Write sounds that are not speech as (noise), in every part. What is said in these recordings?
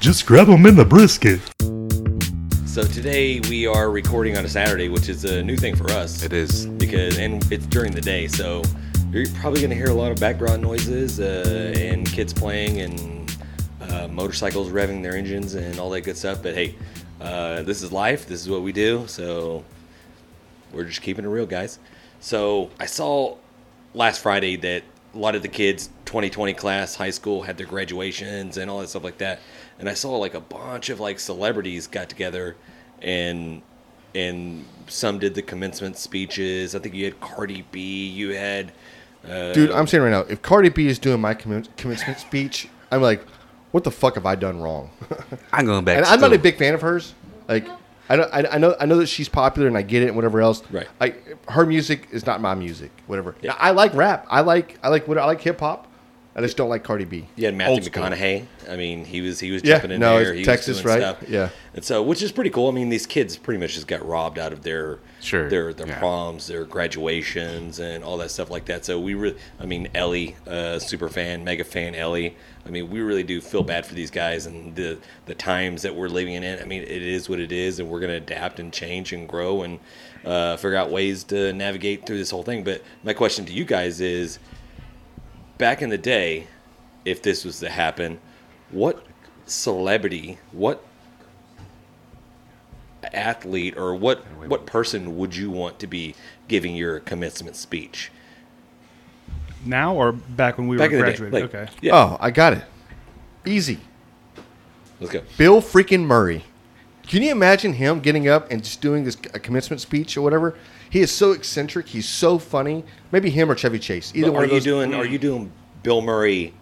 Just grab them in the brisket. So today we are recording on a Saturday, which is a new thing for us It is. because, and it's during the day, so you're probably gonna hear a lot of background noises uh, and kids playing and uh, motorcycles revving their engines and all that good stuff. But hey, uh, this is life. This is what we do. So we're just keeping it real, guys. So I saw last Friday that a lot of the kids 2020 class high school had their graduations and all that stuff like that. And I saw like a bunch of like celebrities got together and and some did the commencement speeches. I think you had Cardi B, you had uh, Dude, I'm saying right now, if Cardi B is doing my commu- commencement speech, I'm like, what the fuck have I done wrong? (laughs) I'm going back. and to I'm not a school. big fan of hers. Like, I don't, I, I know, I know that she's popular and I get it and whatever else. Right. I, her music is not my music. Whatever. I like rap. I like, I like what I like hip hop. I just don't like Cardi B. You had Matthew Old school. McConaughey. I mean, he was he was Yeah, jumping in no, there. it's He Texas, was doing right? Stuff. Yeah. and so which is pretty cool. I mean, these kids pretty much just got robbed out of their Sure, their their yeah. proms, their graduations, and all that stuff like that. So we really, I mean, Ellie, uh, super fan, mega fan, Ellie. I mean, we really do feel bad for these guys and the the times that we're living in. I mean, it is what it is, and we're gonna adapt and change and grow and uh, figure out ways to navigate through this whole thing. But my question to you guys is back in the day, if this was to happen, what celebrity, what athlete, or what what person would you want to be giving your commencement speech? Now or back when we Back in were the graduating? day, like, okay. yeah, Oh, I got it. Easy. let's go. Bill freaking Murray. Can you imagine him getting up and just doing this a commencement speech or whatever? He is so eccentric. He's so funny. Maybe him or Chevy Chase. Either But one are of you those. doing? Are you doing Bill Murray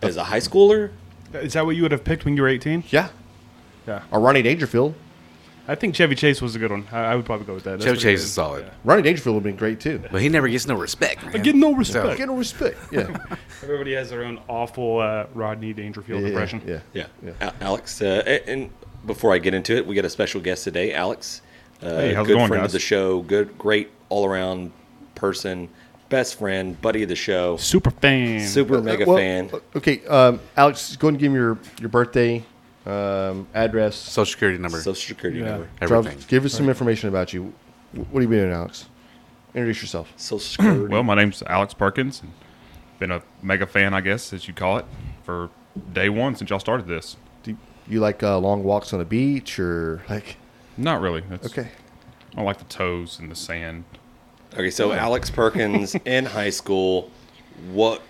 as a high schooler? Is that what you would have picked when you were 18? yeah. Yeah. Or Ronnie Dangerfield. I think Chevy Chase was a good one. I, I would probably go with that. That's Joe pretty Chase is good. solid, Ronnie Dangerfield would have been great too. but he never gets no respect. I Man. get no respect. Get a (laughs) respect. Yeah. Everybody has their own awful uh, Rodney Dangerfield yeah, impression. Yeah. Yeah, Al- Alex. Uh, a- and before I get into it, we got a special guest today, Alex. Uh, Hey, how's it good going, friend of guys? the show, good, great all around person, best friend, buddy of the show, Super fan. super mega Well, fan. Okay, um, Alex, go ahead and give me your your birthday um, address. Social security number. Social security Yeah. number. Drop- everything. give us some information about you. Wh- What are you doing, Alex? Introduce yourself. Social security. Well, my name's Alex Perkins, and been a mega fan, I guess, as you call it, for day one since y'all started this. Do you like uh, long walks on the beach or like? Not really. That's, Okay. I don't like the toes and the sand. okay, so Alex (laughs) Perkins in high school, what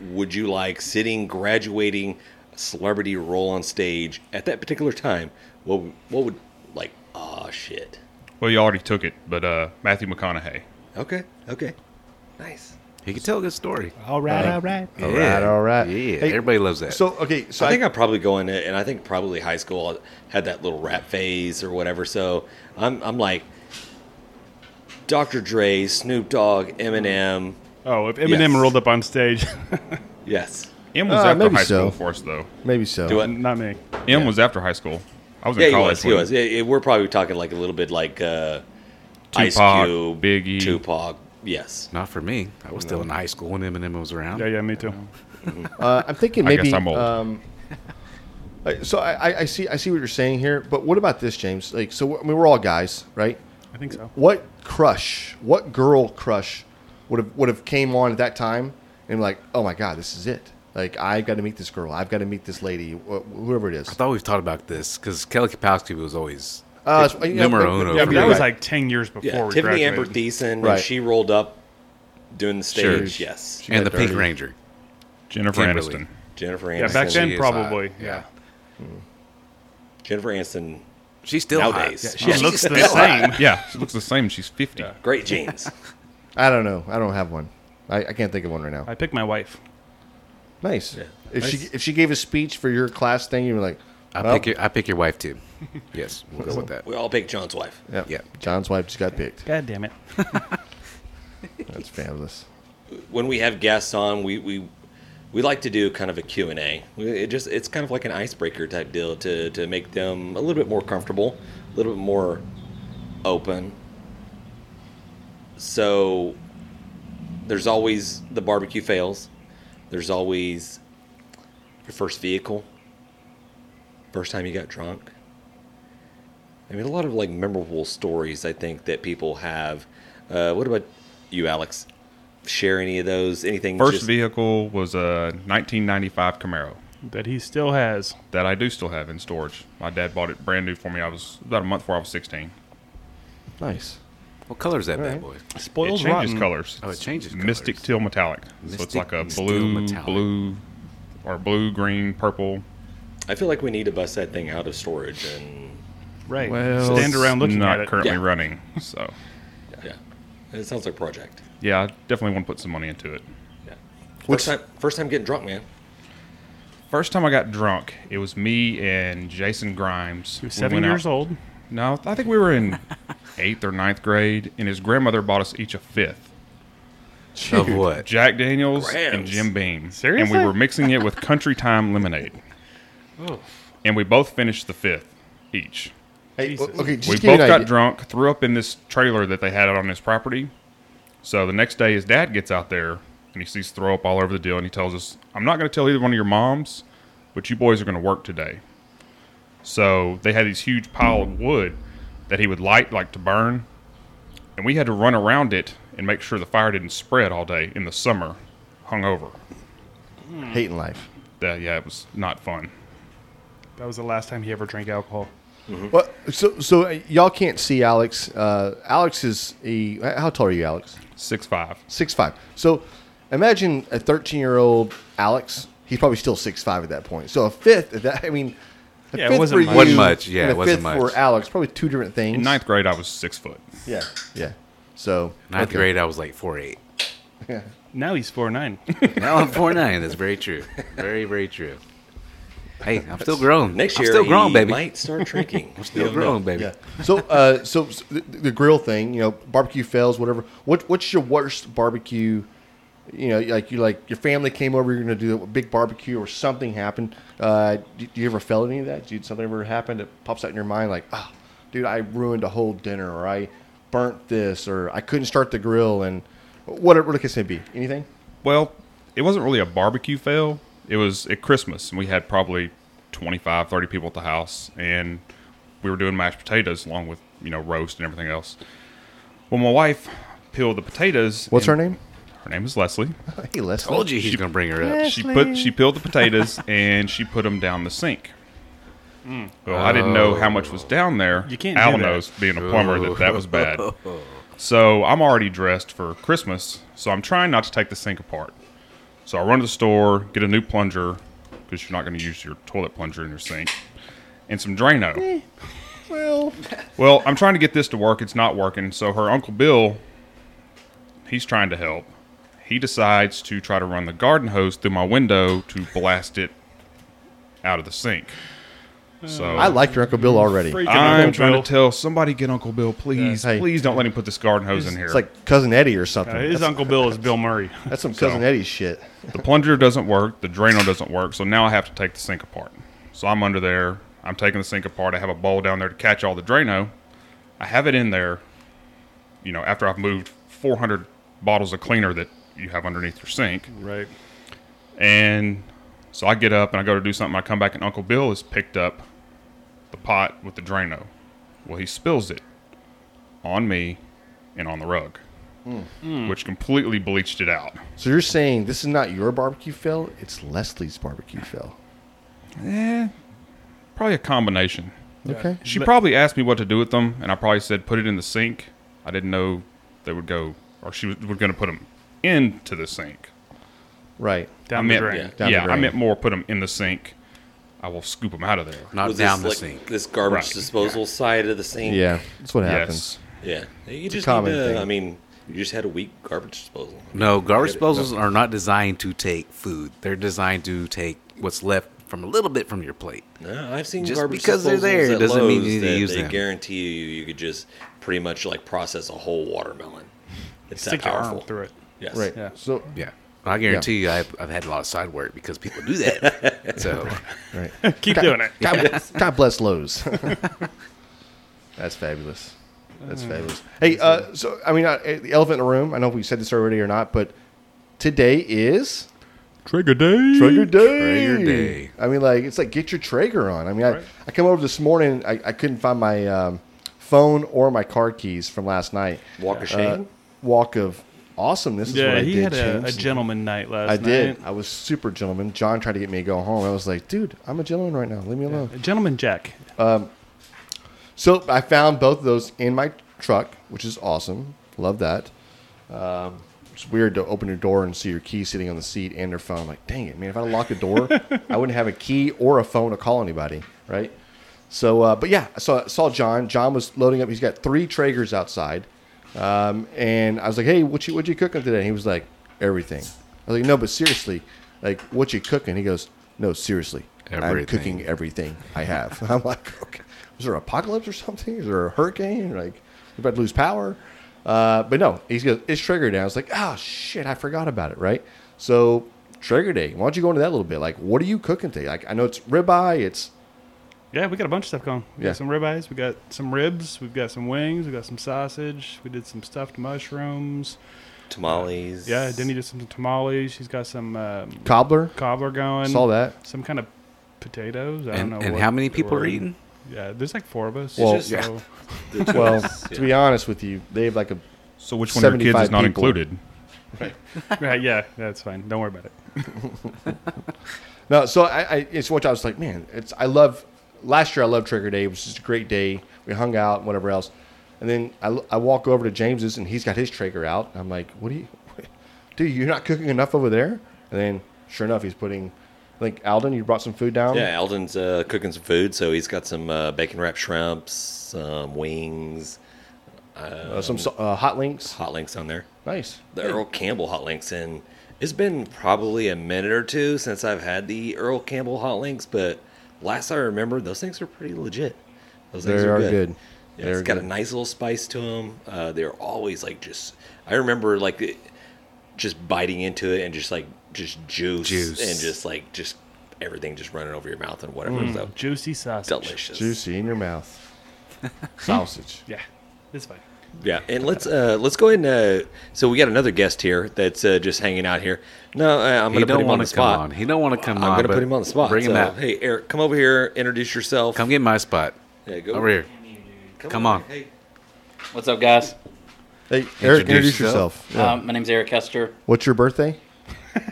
would you like sitting, graduating, celebrity role on stage at that particular time? What what would like? Oh shit. Well, you already took it, but uh, Matthew McConaughey. Okay. Okay. Nice. He can tell a good story. All right, all right. All right, all right. Yeah, Hey, everybody loves that. So okay, so I I think I probably go in it, and I think probably high school uh, had that little rap phase or whatever. So I'm, I'm like Dr. Dre, Snoop Dogg, Eminem. Oh, if Eminem Yes. rolled up on stage, (laughs) Yes. M was Uh, after maybe high so. school for us, though. maybe so. Do it. not me. M was after high school. I was in yeah, he college. was. He when was. Yeah, yeah, we're probably talking like a little bit like uh, Ice Tupac, Cube, Big E. Tupac. Yes. Not for me. I was still in high school when Eminem was around. Yeah, yeah, me too. Uh, I'm thinking I maybe. guess I'm old. Um, (laughs) like, so I, I- I see I see what you're saying here, but what about this, James? Like, so I mean, we're all guys, right? I think so. What crush? What girl crush would have would have came on at that time and like, oh my god, this is it. Like I've got to meet this girl. I've got to meet this lady. wh- Whoever it is. I thought we've talked about this because Kelly Kapowski was always Uh, it's- yeah, numero but- but- uno. yeah, Yeah, for but me. that was Right. like 10 years before Yeah. we Tiffany graduated. Amber Thiessen, when Right. she rolled up doing the Sure. stage. Yes. and the Dirty. Pink Ranger. Jennifer Kimberly. Aniston. Jennifer Aniston. Yeah, back She then, is hot. probably. Yeah. Yeah. Jennifer Aniston. She's still Nowadays. hot. Yeah, She She's looks the same. (laughs) Yeah, she looks the same. She's 50. Great jeans. I don't know. I don't have one. I, I can't think of one right now. I picked my wife. Nice. If she Nice. if she gave a speech for your class thing, you were like, I well, pick your I pick your wife (laughs) too. Yes, we'll go with that. We all pick John's wife. yeah, yeah. John's wife just got picked. God damn it. That's fabulous. when we have guests on, we we we like to do kind of a Q and A. We- It just it's kind of like an icebreaker type deal to to make them a little bit more comfortable, a little bit more open. So there's always the barbecue fails. There's always your first vehicle. first time you got drunk? I mean, a lot of like memorable stories I think that people have. Uh, what about you, Alex? Share any of those? Anything? First just- vehicle was a 1995 Camaro that he still has. that I do still have in storage. My dad bought it brand new for me. I was about a month before I was 16. Nice. What color is that All bad right. boy? Spoils it changes rotten. colors. Oh, it changes It's Mystic colours. teal metallic. so it's Mystic like a teal blue, metallic. blue, or blue, green, purple. I feel like we need to bust that thing out of storage and Right. Well, Stand around looking at Not it. currently Yeah. running. So yeah, it sounds like a project. yeah, I definitely want to put some money into it. Yeah. First Which- time, first time getting drunk, man. First time I got drunk, it was me and Jason Grimes. He was seven years old. No, I think we (laughs) were in eighth or ninth grade, and his grandmother bought us each a fifth. Of what? Jack Daniels and Grams. Jim Beam. And Seriously? we were mixing it with Country (laughs) Time lemonade. And we both finished the fifth each. Hey, Jesus. o- okay, just we to give you both an got idea. drunk, threw up in this trailer that they had out on his property. So the next day, his dad gets out there and he sees throw up all over the deal, and he tells us, "I'm not going to tell either one of your moms, but you boys are going to work today." So they had these huge pile of wood that he would light, like to burn, and we had to run around it and make sure the fire didn't spread all day in the summer, hungover. Hating life. That yeah, it was not fun. That was the last time he ever drank alcohol. Mm-hmm. Well, so so uh, y'all can't see Alex. Uh, Alex is a how tall are you, Alex? Six five. Six five. So imagine a thirteen year old Alex. He's probably still six five at that point. So a fifth. At that, I mean, a Yeah, it fifth wasn't for much. you Wasn't much, yeah, and it a wasn't fifth much. for Alex. Probably two different things. In ninth grade, I was six foot. Yeah, yeah. So Ninth okay. grade, I was like four eight. Now he's (laughs) four nine. Uh, Now I'm four nine. That's very true. Very very true. Hey, I'm still growing. Next I'm year, still growing, he baby. might (laughs) start drinking. I'm still growing, baby. Yeah. So, uh, so, so the, the grill thing, you know, barbecue fails, whatever. What what's your worst barbecue? You know, like you like your family came over, you're gonna do a big barbecue, or something happened. Uh, do, do you ever felt any of that? Did something ever happen that pops out in your mind, like, oh, dude, I ruined a whole dinner, or I burnt this, or I couldn't start the grill, and whatever the case may be. Anything? Well, it wasn't really a barbecue fail. It was at Christmas, and we had probably 25, 30 people at the house, and we were doing mashed potatoes along with, you know, roast and everything else. Well, my wife peeled the potatoes. What's her and- name? (laughs) Her name is Leslie. Hey, Leslie. Told you he's gonna bring her up. She put she peeled the potatoes and she put them down the sink. Well, I didn't know how much was down there. Hmm. Oh. You can't do Al that. knows, being a plumber, that that (laughs) was bad. So I'm already dressed for Christmas, so I'm trying not to take the sink apart. So I run to the store, get a new plunger, because you're not going to use your toilet plunger in your sink, and some Drano. Well, Well, I'm trying to get this to work. It's not working. So her Uncle Bill, he's trying to help. He decides to try to run the garden hose through my window to blast it out of the sink. So I like your Uncle Bill already. I'm trying to tell somebody get Uncle Bill, please, Yeah. Hey. please don't let him put this garden hose in here. It's like cousin Eddie or something. Uh, his that's, Uncle Bill is Bill Murray. that's some cousin Eddie shit. the plunger doesn't work, the Drano doesn't work, so now I have to take the sink apart. So I'm under there. I'm taking the sink apart. I have a bowl down there to catch all the Drano. I have it in there, you know, after I've moved 400 bottles of cleaner that you have underneath your sink. Right. And so I get up and I go to do something. I come back and Uncle Bill has picked up the pot with the Drano. Well, he spills it on me and on the rug, which completely bleached it out. So you're saying this is not your barbecue fail; it's Leslie's barbecue fail. Eh, probably a combination. Okay. She But- probably asked me what to do with them, and I probably said put it in the sink. I didn't know they would go, or she was, were going to put them into the sink. Right. I Down the meant, drain. yeah. Down the yeah, I drain. meant more put them in the sink. I will scoop them out of there. Not Was down the this, like, sink. This garbage Right. disposal side of the sink. Yeah, that's what happens. Yes. yeah. You just common need to, thing. I mean, you just had a weak garbage disposal. No, garbage Get it. disposals are not designed to take food. They're designed to take what's left from a little bit from your plate. No, I've seen Just garbage because they're disposals there at doesn't mean Lowe's you need to that use they them. guarantee you you could just pretty much like process a whole watermelon. It's Stick that your powerful. arm through it. Yes. Right. Yeah. So Yeah. I guarantee you, I've, I've had a lot of side work because people do (laughs) that. so, right. Keep doing it. God, God bless Lowe's. that's fabulous. That's fabulous. Hey, uh, so I mean, uh, the elephant in the room. I don't know if we said this already or not, but today is Trigger day. Traeger day. Traeger day. I mean, like it's like get your Traeger on. I mean, I, I come over this morning. I, I couldn't find my um, phone or my car keys from last night. Walk of Uh, shame. walk of awesomeness. Is what Yeah, I he did, had a, a James. gentleman night last I night. did. I was super gentleman. John tried to get me to go home. I was like, dude, I'm a gentleman right now. Leave me alone. A gentleman Jack. So I found both of those in my truck, which is awesome. Love that. Um, it's weird to open your door and see your key sitting on the seat and your phone. I'm like, dang it, man! If I lock a door, I wouldn't have a key or a phone to call anybody, right? So, uh, but yeah, I saw, saw John. John was loading up. He's got three Traegers outside, um, and I was like, hey, what you what you cooking today? And he was like, everything. I was like, no, but seriously, like, what you cooking? He goes, no, seriously, I'm Everything. cooking everything I have. (laughs) I'm like, okay, is there an apocalypse or something? Is there a hurricane? Like, we about to lose power? Uh, but no, he's go, it's Trigger Day. I was like, oh shit, I forgot about it, right? So Trigger Day, why don't you go into that a little bit? Like, what are you cooking today? Like, I know it's ribeye, it's Yeah, we got a bunch of stuff going. We Yeah. got some ribeyes, we got some ribs, we've got some wings, we got some sausage, we did some stuffed mushrooms. Tamales. Yeah, Denny did some tamales. She's got some um, cobbler. cobbler going. Saw that. Some kind of potatoes. I don't And, know. and what how many they people are were. eating? Yeah, there's like four of us. Well, Well, so yeah. The two Well, of us, to yeah. be honest with you, they have like a So which one of your kids is 75 not people. included? Right, (laughs) yeah, that's fine. Don't worry about it. No, so I, I it's what I was like, man, it's I love last year I loved Trigger Day, it was just a great day. We hung out and whatever else. And then I, I walk over to James's and he's got his Traeger out. I'm like, what do you, (laughs) dude, you're not cooking enough over there? And then sure enough, he's putting, I think, Alden, you brought some food down. Yeah, Alden's uh, cooking some food, so he's got some uh, bacon wrapped shrimps, some wings, Uh, some so- uh, hot links. hot links on there. Nice. The Earl Campbell hot links, and it's been probably a minute or two since I've had the Earl Campbell hot links, but last I remember, those things are pretty legit. Those things They are are good. good. Yeah, They it's are got good. a nice little spice to them. Uh, they're always like just. I remember like it- just biting into it and just like just juice, Juice. and just like just everything just running over your mouth and whatever. Mm. Oh. So Juicy sausage. delicious. Juicy in your (laughs) mouth. Sausage. Yeah, it's fine. Yeah, and let's uh, let's go ahead and uh, so we got another guest here that's uh, just hanging out here. No, uh, I'm going He to put him don't on want the to come spot. on. He don't want to come I'm on. going to but put him on the spot. Bring him so, out. Hey, Eric, come over here. Introduce yourself. Come get my spot. Yeah, go Over here. come on. Hey, What's up, guys? Hey, Eric, Introduce introduce yourself. yourself. Yeah. Uh, my name's Eric Hester. What's your birthday? (laughs)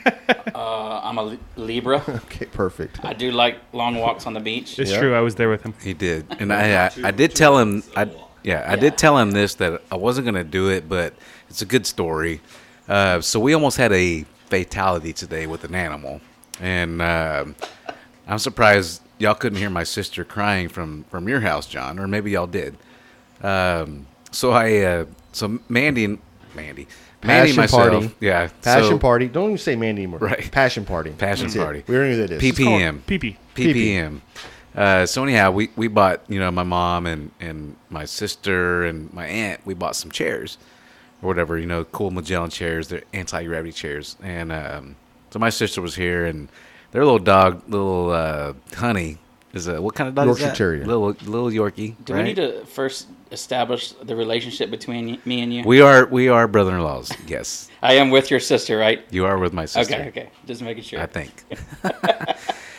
Uh, I'm a Li- Libra. Okay, perfect. I do like long walks on the beach. It's Yeah. true. I was there with him. He did, and I, I, I did tell him, I, yeah, I did Yeah. tell him this that I wasn't gonna do it, but it's a good story. Uh, so we almost had a fatality today with an animal, and um I'm surprised y'all couldn't hear my sister crying from from your house, John, or maybe y'all did. Um, so I, uh, so Mandy and Mandy, Mandy Passion and myself, party. yeah, Passion so- party. Don't even say Mandy anymore. Right. Passion party. Passion That's it. party. We already knew who that is. PPM. Pee pee. PPM. Uh, so anyhow, we, we bought you know my mom and and my sister and my aunt we bought some chairs or whatever you know cool Magellan chairs they're anti gravity chairs and um, so my sister was here and their little dog little uh, honey is a what kind of dog Yorkshire is that? Terrier. little little Yorkie Do right? we need to first establish the relationship between y- me and you? we are we are brother in laws yes I am with your sister, right? you are with my sister Okay, okay. Just making sure. I think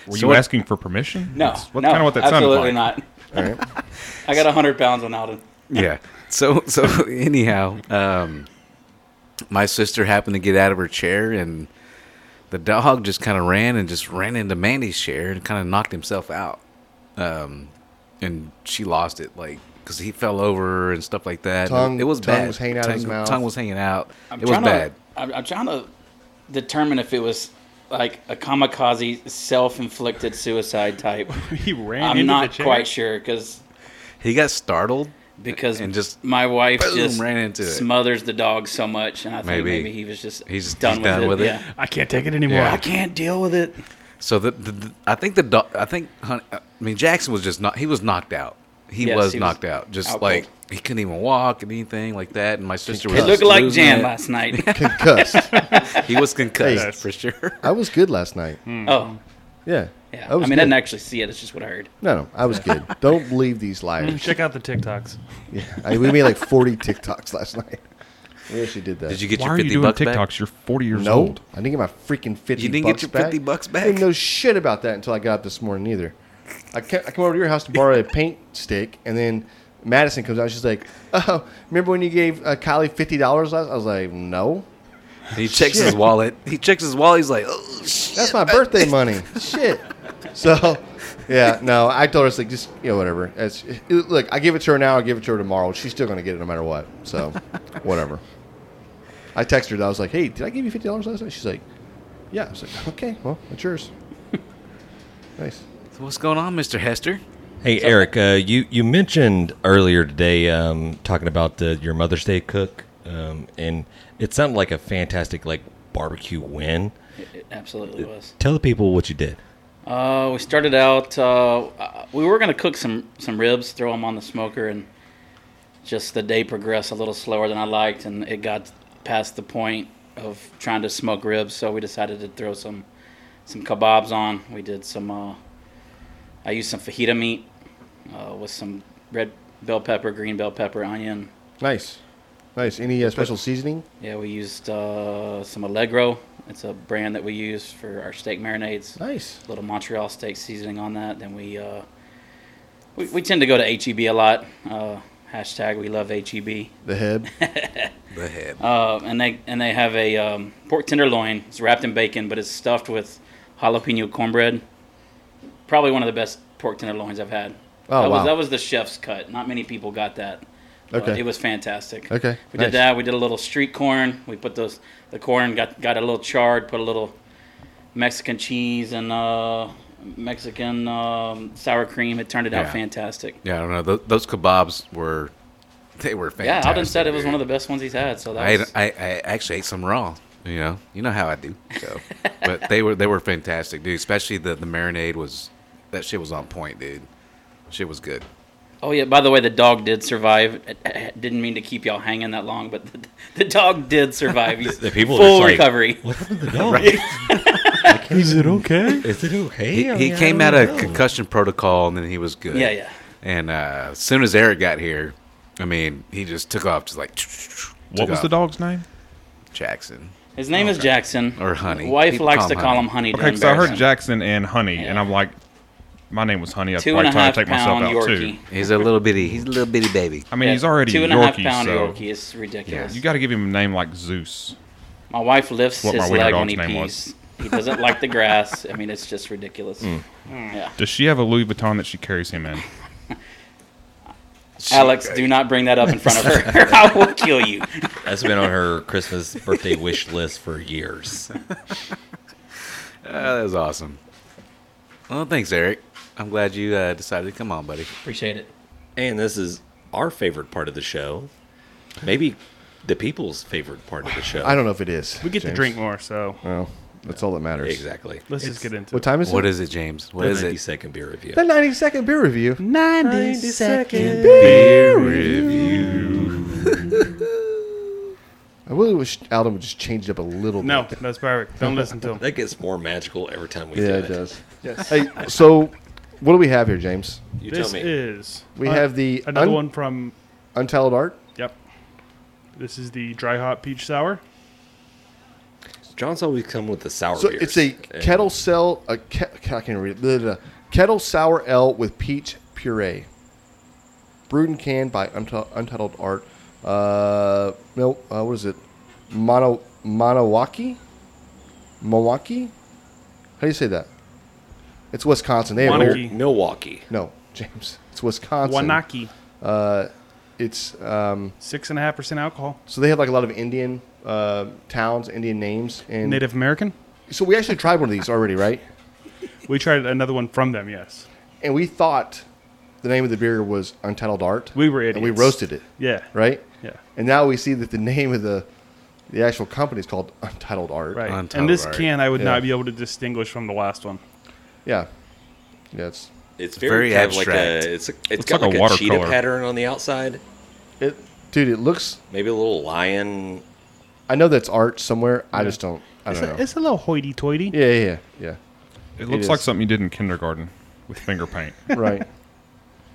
Were So you what- asking for permission? No, That's what, no, kind of what that absolutely sounded like. not. (laughs) I got 100 pounds on Alden. yeah. So so (laughs) anyhow, um, my sister happened to get out of her chair, and the dog just kind of ran and just ran into Mandy's chair and kind of knocked himself out. Um, and she lost it, like because he fell over and stuff like that. Tongue- it was tongue bad. was hanging out of his Tongue- mouth. Tongue was hanging out. I'm it was trying to- bad. I'm, I'm trying to determine if it was like a kamikaze self-inflicted suicide type. (laughs) He ran into I'm the not chair. quite sure because He got startled. because and just my wife boom, just ran into it. smothers the dog so much, and I think Maybe. maybe, he was just He's just done, with, it. Yeah. I can't take it anymore. Yeah. I can't deal with it. So the, the, the I think the dog. I think hun- I mean Jackson was just not. He was knocked out. He Yes, was he was knocked out. Just out like cold. he couldn't even walk and anything like that. And my sister was. It looked just like losing Jan it. last night. (laughs) Concussed. He was concussed Yes. for (laughs) sure. I was good last night. oh, Yeah. yeah. I I, was mean, I good. didn't actually see it. It's just what I heard. No, no, I was (laughs) good. Don't Hmm, believe these liars. Check out the TikToks. I, we made like 40 TikToks last night. Yes, you did that. Did you get Why your are you fifty doing bucks TikToks? back? You're 40 years no, old. I didn't get my freaking fifty. You didn't get bucks your back. 50 bucks I didn't back? know shit about that until I got up this morning either. I ca- I come over to your house to borrow a paint stick, and then Madison comes out. She's like, "Oh, remember when you gave uh, Kylie fifty dollars last?" I was like, "No, He checks his wallet. He checks his wallet. He's like, oh, shit. that's my (laughs) birthday money." shit. So, yeah, no, I told her it's like just you know whatever. It's, it- look, I give it to her now. I give it to her tomorrow. She's still gonna get it no matter what. (laughs) So, whatever. I texted her. I was like, "Hey, did I give you fifty dollars last night?" She's like, "Yeah." I was like, "Okay, well, it's (laughs) yours." nice. What's going on, Mister Hester? Hey Eric, uh, you you mentioned earlier today um, talking about the, your Mother's Day cook, um, and it sounded like a fantastic like barbecue win. It absolutely was. Tell the people what you did. Uh, we started out. Uh, uh, we were gonna cook some some ribs, throw them on the smoker, and just the day progressed a little slower than I liked, and it got past the point of trying to smoke ribs. So we decided to throw some some kebabs on. We did some. Uh, I used some fajita meat uh, with some red bell pepper, green bell pepper, onion. Nice, nice. Any uh, special seasoning? Yeah, we used uh, some Allegro. It's a brand that we use for our steak marinades. Nice. little Montreal steak seasoning on that. Then we uh, we, we tend to go to HEB a lot. Uh, hashtag we love E HEB. The head. The head. Uh, and they and they have a um, pork tenderloin. It's wrapped in bacon, but it's stuffed with jalapeno cornbread. Probably one of the best pork tenderloins I've had. Oh, that wow. was that was the chef's cut. Not many people got that. but Okay. it was fantastic. Okay, We nice. did that. We did a little street corn. We put those the corn got got a little charred. Put a little Mexican cheese and uh, Mexican um, sour cream. It turned it out Yeah. fantastic. Yeah, I don't know. Those, those kebabs were, they were Yeah, fantastic. Alden said it was dude. one of the best ones he's had. So I, that ate, was, I, I actually ate some raw. You know, you know how I do. (laughs) So, but they were they were fantastic, dude. Especially the the marinade was that shit was on point, dude. Shit was good. Oh yeah. By the way, the dog did survive. Eh, Didn't mean to keep y'all hanging that long, but (laughs) the, the dog did survive. He's The people are full just like, recovery. What happened (laughs) to the dog? Is it okay? Is it okay? He, I he mean, I came don't out of know. concussion protocol and then he was good. Yeah, yeah. And uh, as soon as Eric got here, I mean, he just took off, just like. What was the dog's name? Jackson? His name is Jackson. Or Honey. Wife People likes call to him call Honey. him Honey. to Okay, so I embarrass heard him. Jackson and Honey, and Yeah. I'm like, my name was Honey. I was Two probably and a trying half to take myself pound out Yorkie. too. He's a little bitty. He's a little bitty (laughs) baby. I mean, he's already two a and a half Yorkie, pound so Yorkie. It's ridiculous. you got to give him a name like Zeus. My wife lifts What my his wiener leg when dog's he name pees. He doesn't like the grass. I mean, it's just ridiculous. Mm. Yeah. Does she have a Louis Vuitton that she carries him in? Alex, do not bring that up in front of her. (laughs) I will kill you. That's been on her Christmas birthday wish list for years. Uh, that was awesome. Well, thanks, Eric. I'm glad you uh, decided to come on, buddy. Appreciate it. And this is our favorite part of the show. Maybe the people's favorite part of the show. I don't know if it is. We get to James. drink more, so Well, that's all that matters. exactly. let's just get into What it. time is What it? is it, James? What The is 90 it? second beer review. The ninety second beer review. 90 second beer review. I really wish Alden would just change it up a little. bit. No, that's perfect. Don't listen to him. (laughs) That gets more magical every time we do Yeah, it. it does. Hey, so what do we have here, James? You This tell me. is We uh, have the another un- one from Untitled Art. Yep. This is the dry hop peach sour. John's always come with the sour So beers. it's a And kettle cell. A ke- I can't read it. Blah, blah, blah. Kettle sour ale with peach puree. Brewed and canned by Unti- Untitled Art. Uh, no, uh, what is it? Mono Monowaki, Milwaukee. How do you say that? It's Wisconsin. They have Wanaki. old- Milwaukee. no, James. It's Wisconsin. Wanaki. Uh, it's um, Six and a half percent alcohol. so they have like a lot of Indian uh, towns, Indian names, and Native American. so we actually tried one of these already, right? We tried another one from them, yes. and we thought the name of the beer was Untitled Art. We were And we idiots. roasted it, Yeah. right? Yeah. And now we see that the name of the the actual company is called Untitled Art. Right. On top and this of our- can I would Yeah. not be able to distinguish from the last one. Yeah. Yeah. It's It's Very very, kind of like abstract. a, it's, a, it's Looks got like like a a, watercolor. cheetah pattern on the outside. it, dude. It looks. Maybe a little lion. I know that's art somewhere. I just don't. I It's don't a, know. it's a little hoity toity. Yeah, yeah, (laughs) yeah, It looks is. like something you did in kindergarten with finger paint. yeah. right.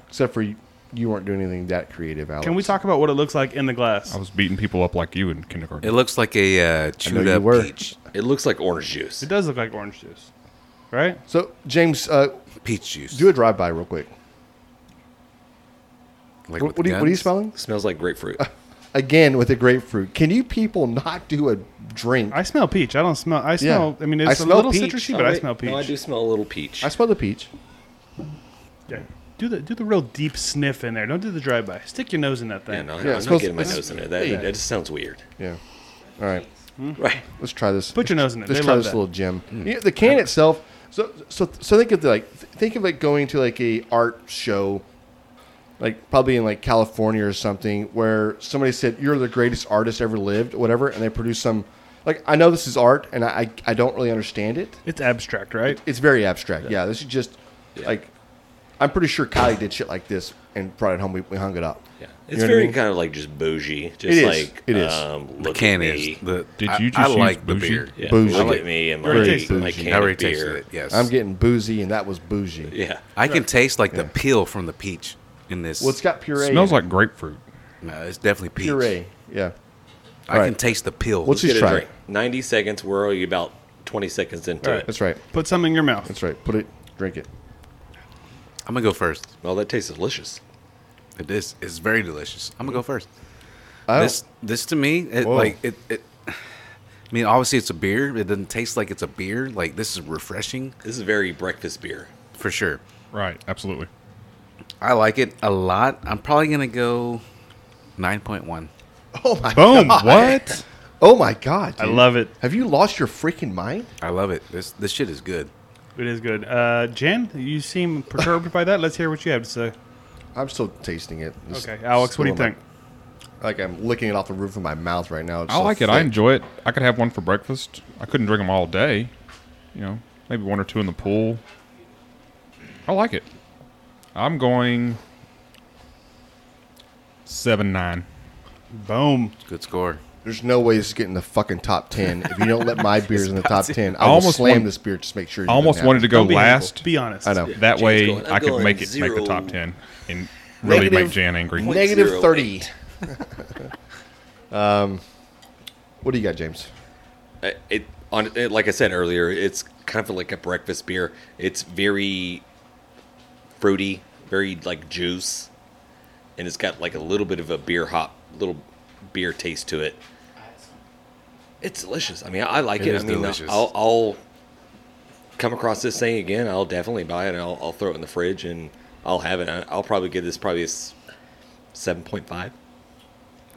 Except for you, you weren't doing anything that creative, Alex. Can we talk about what it looks like in the glass? I was beating people up like you in kindergarten. It looks like a uh, chewed you up were. peach It looks like orange juice. It does look like orange juice, right? So James, uh, peach juice. do a drive by real quick. Like What, with what, are you, what are you guns. smelling? smells like (laughs) grapefruit. Again with the grapefruit. Can you people not do a drink? I smell peach. I don't smell. I smell. I mean, I it's a smell little peach. citrusy, Oh, but I wait, smell peach. No, I do smell a little peach. I smell the peach. Yeah. Do the do the real deep sniff in there. Don't do the dry by. Stick your nose in that thing. yeah, no, it I'm smells- not getting my it's- nose in it. That, yeah. that just sounds weird. Yeah. All right. Mm-hmm. Right. Let's try this. Put your nose in it. Let's They try love this that. Hmm. little gem. You know, the can itself. So so so think of the, like th- think of like going to like a art show, like probably in like California or something, where somebody said you're the greatest artist ever lived, whatever, and they produce some. Like I know this is art, and I I, I don't really understand it. It's abstract, right? It's very abstract. Yeah, this is just like I'm pretty sure Kylie did shit like this and brought it home. We, we hung it up. Yeah. You It's know what I very mean? kind of like just bougie. Just is. like It is. Um, look The can at is me. the. Did I- you just I use like the bougie? beer. yeah, bougie. Look I at me and You already my, tasted my it. can I already of beer. tasted it. Yes, I'm getting boozy, and that was bougie. Yeah. I can taste like the peel from the peach in this. Well, it's got puree. in smells it. like grapefruit. no, it's definitely peach. puree. Yeah. I can Alright. taste the peel. Let's just Get a try. drink. It. 90 seconds. We're only about 20 seconds into Alright. it. That's right. Put some in your mouth. That's right. Put it. Drink it. I'm gonna go first. Well, that tastes delicious. It is. It's very delicious. I'm gonna go first. I This, this to me, it, Whoa. like it, it. I mean, obviously it's a beer. It doesn't taste like it's a beer. Like this is refreshing This is very breakfast beer. for sure. Right. Absolutely. I like it a lot. I'm probably gonna go nine point one. Oh my Boom. God. (laughs) What? Oh my god. I dude. love it. Have you lost your freaking mind? I love it. This this shit is good. It is good. Uh, Jan, you seem perturbed by that. Let's hear what you have to say. I'm still tasting it. It's Okay, Alex, what do you still in think? my- like I'm licking it off the roof of my mouth right now. It's I so like it. I thick. enjoy it. I could have one for breakfast. I couldn't drink them all day. You know, maybe one or two in the pool. I like it. I'm going seven nine. Boom. Good score. There's no way this is getting the fucking top ten. If you don't let my beers in the top ten, I I will almost slam want- this beer just to make sure. I almost wanted to go Don't be humble. last. Be honest. I know. That Jan's way, going- I'm I could going make it make zero. the top ten and really Negative make Jan angry. point- Negative Zero thirty. (laughs) um, what do you got, James? Uh, It, on, it like I said earlier, it's kind of like a breakfast beer. It's very fruity, very like juice, and it's got like a little bit of a beer hop, little beer taste to it. It's delicious. I mean, I like It it. is I mean, delicious. I'll, I'll come across this thing again. I'll definitely buy it. And I'll, I'll throw it in the fridge and I'll have it. I- I'll probably give this probably a seven point five.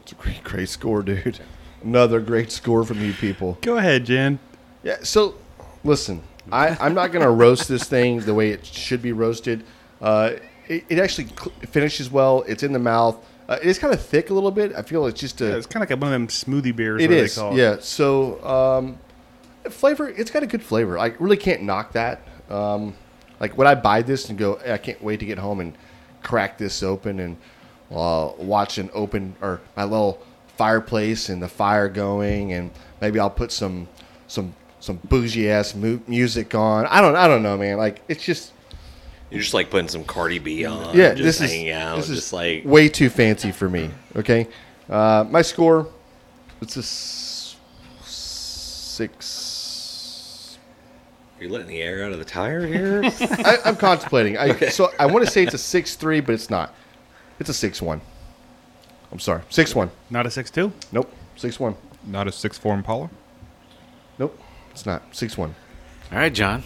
It's a great, great score, dude. Another great score from you people. Go ahead, Jan. Yeah. So, listen, I, I'm not going to roast this thing the way it should be roasted. Uh, it, it actually cl- finishes well. It's in the mouth. Uh, it's kind of thick a little bit. I feel it's just a. It's kind of like one of them smoothie beers. it what is. They call it. Yeah. So, um, flavor. It's got a good flavor. I really can't knock that. Um, like when I buy this and go, I can't wait to get home and crack this open and uh, watch an open or my little fireplace and the fire going and maybe I'll put some some some bougie ass mu- music on. I don't I don't know, man. Like it's just You're just like putting some Cardi B on. Mm. yeah, just this is hanging out. this is just like way too fancy for me. Okay, uh, my score it's a s- six. You're letting the air out of the tire here. I, I'm contemplating. I, So I want to say it's a six three, but it's not. It's a six one. I'm sorry, six one. Not a six two. Nope, six one. Not a six four Impala. Nope, it's not six one. All right, John.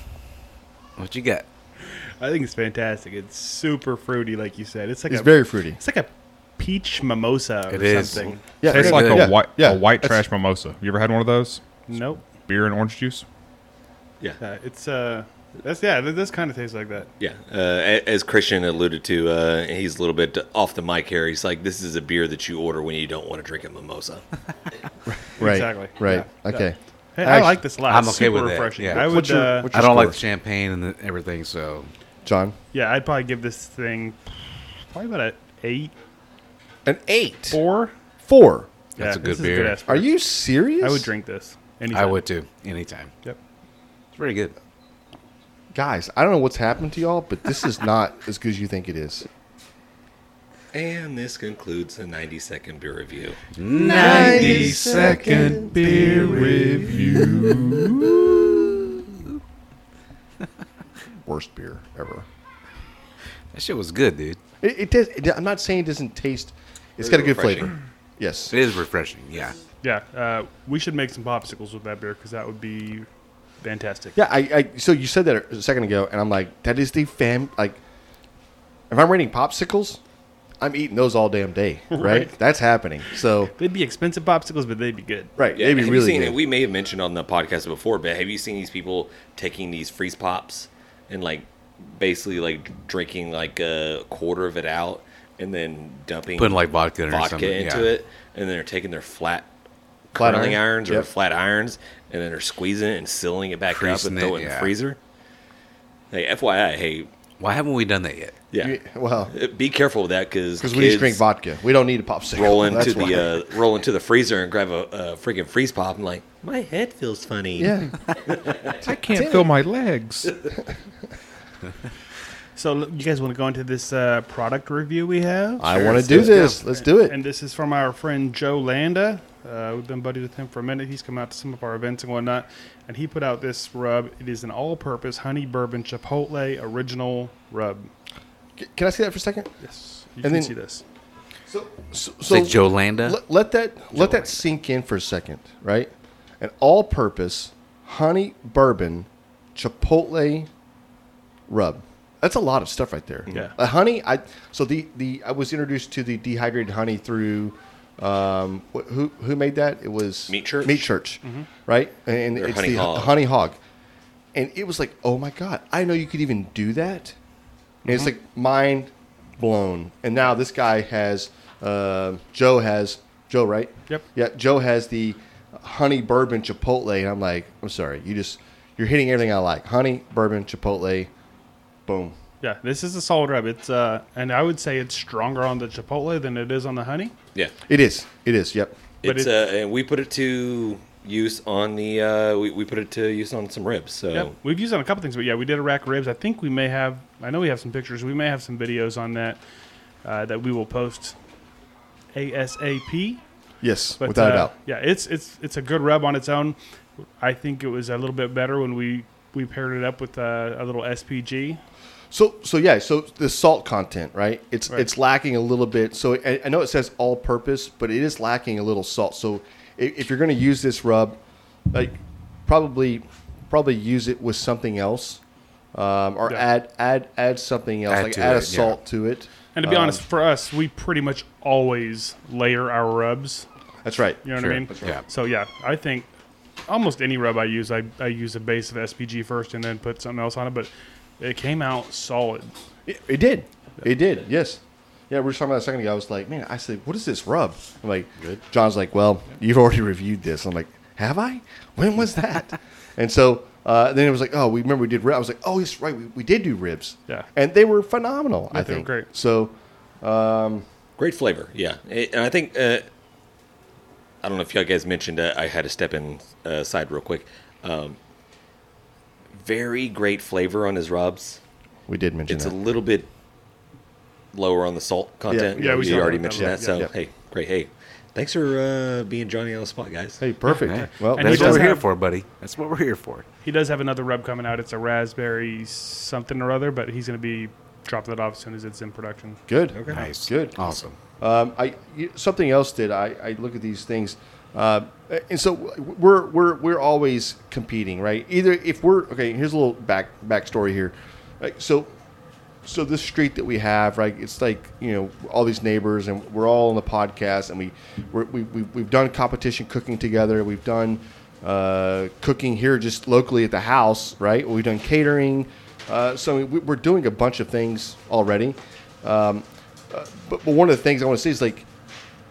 What you got? I think it's fantastic. It's super fruity, like you said. It's like It's a very fruity. It's like a peach mimosa or It is. something. Yeah, Tastes yeah, like a yeah, white yeah, a white that's- trash mimosa. You ever had one of those? Nope. Beer and orange juice. yeah, Uh, it's uh, that's yeah. That does kind of taste like that. yeah. Uh, a- as Christian alluded to, uh, he's a little bit off the mic here. He's like, "This is a beer that you order when you don't want to drink a mimosa." Right, Exactly. Right. Yeah, Okay. Hey, I Actually- like this a lot. I'm It's okay super with that, refreshing. yeah. I would. What's your- uh, what's your I don't like score? the champagne and the, everything, so John. yeah, I'd probably give this thing probably about an eight An eight. four. Four. That's yeah, a good this beer. Is a good ass Are beer. you serious? I would drink this. Anytime. I would too. Anytime. Yep. It's very good. (laughs) Guys, I don't know what's happened to y'all, but this is not as good as you think it is. And this concludes the 90 second beer review. 90 second beer review. Worst beer ever. That shit was good, dude. It, it does. It, I'm not saying it doesn't taste. It's got a Very good refreshing. flavor. (clears throat) Yes. It is refreshing. Yeah. Yeah, uh, we should make some popsicles with that beer because that would be fantastic. Yeah. I, I. So you said that a second ago, and I'm like, that is the fam. Like, if I'm rating popsicles, I'm eating those all (laughs) damn day. Right. Right. That's happening. So They'd be expensive popsicles, but they'd be good. right. Yeah, Maybe have really. you seen good. it? We may have mentioned on the podcast before, but have you seen these people taking these freeze pops and like basically like drinking like a quarter of it out and then dumping Putting like vodka in it or vodka something, into yeah. it, and they're taking their flat Flat curling iron? irons or Yep. flat irons, and then they're squeezing it and sealing it back Creasing up it, and throwing it in the yeah. freezer. Hey, FYI, hey, Why haven't we done that yet? yeah, Uh, You- well, be careful with that because because we just drink vodka. We don't need a popsicle. roll into That's why. the uh, roll into the freezer and grab a, a freaking freeze pop. and like, my head feels funny. Yeah. I can't feel my legs. So look, you guys want to go into this uh, product review we have? I want to do this. Let's do it. And this is from our friend Joe Landa. Uh, we've been buddies with him for a minute. He's come out to some of our events and whatnot, and he put out this rub. It is an all-purpose honey bourbon chipotle original rub. C- Can I see that for a second? Yes, And you can then- see this. So, so, so Say Joe Landa. let, let that let that sink in for a second, right? An all-purpose honey bourbon chipotle rub. That's a lot of stuff right there. Yeah. a honey. I so the the I was introduced to the dehydrated honey through. Um, wh- who who made that? It was Meat Church? Meat Church, right? And Or it's Honey the Hog. honey hog, and it was like, oh my god, I know you could even do that. And it's like mind blown. And now this guy has um Joe has Joe right? Yep. Yeah, Joe has the honey bourbon chipotle, and I'm like, I'm sorry, you just you're hitting everything I like. Honey bourbon chipotle, boom. Yeah, this is a solid rub. It's uh, and I would say it's stronger on the chipotle than it is on the honey. yeah. It is. It is. Yep. But it's it's- uh, and we put it to use on the uh, we, we put it to use on some ribs. Oh. So Yep, we've used it on a couple things, but yeah, we did a rack of ribs. I think we may have. I know we have some pictures. We may have some videos on that uh, that we will post asap. Yes, But, without uh, a doubt. yeah, it's it's it's a good rub on its own. I think it was a little bit better when we we paired it up with uh, a little SPG. So so yeah, so the salt content, right? It's Right. it's lacking a little bit. So I, I know it says all purpose, but it is lacking a little salt. So if, if you're going to use this rub, like probably probably use it with something else, um, or Yeah. add add add something else, Add like to add a it, yeah. salt to it. And to be Um, honest, for us, we pretty much always layer our rubs. that's right. You know Sure, what I mean? that's right. Yeah. So yeah, I think almost any rub I use, I, I use a base of SPG first and then put something else on it. But it came out solid. It, it did. It did. Yes. Yeah, we were talking about a second ago. I was like, man, I said, what is this rub? I'm like, John's like, well, you've already reviewed this. I'm like, have I? When was (laughs) that? and so uh, then it was like, oh, we remember we did ribs. I was like, oh, that's right. We, we did do ribs. Yeah. And they were phenomenal, I they were think. great. So, great flavor. Yeah, It- and I think uh, I don't know if y'all guys mentioned. Uh, I had to step in uh, side real quick. Um, very great flavor on his rubs. we did mention It's that. a little bit lower on the salt content. Yeah, we you talked already about mentioned that. that. So Yeah. hey, great. Hey, thanks for uh, being Johnny on the spot, guys. hey, perfect. Yeah. Well, And he that's That's what does we're here have- for, buddy. That's what we're here for. He does have another rub coming out. It's a raspberry something or other, but he's going to be dropping that off as soon as it's in production. good. Nice. Good. Awesome. Um, I you- something else that I, I look at these things, uh, and so we're we're we're always competing, right? Either if we're okay, here's a little back backstory here. Like, so, so this street that we have, right? It's like you know all these neighbors, and we're all on the podcast, and we we're, we we we've done competition cooking together. We've done uh, cooking here just locally at the house, right? We've done catering. Uh, so we, we're doing a bunch of things already. Um, but, but one of the things I want to say is like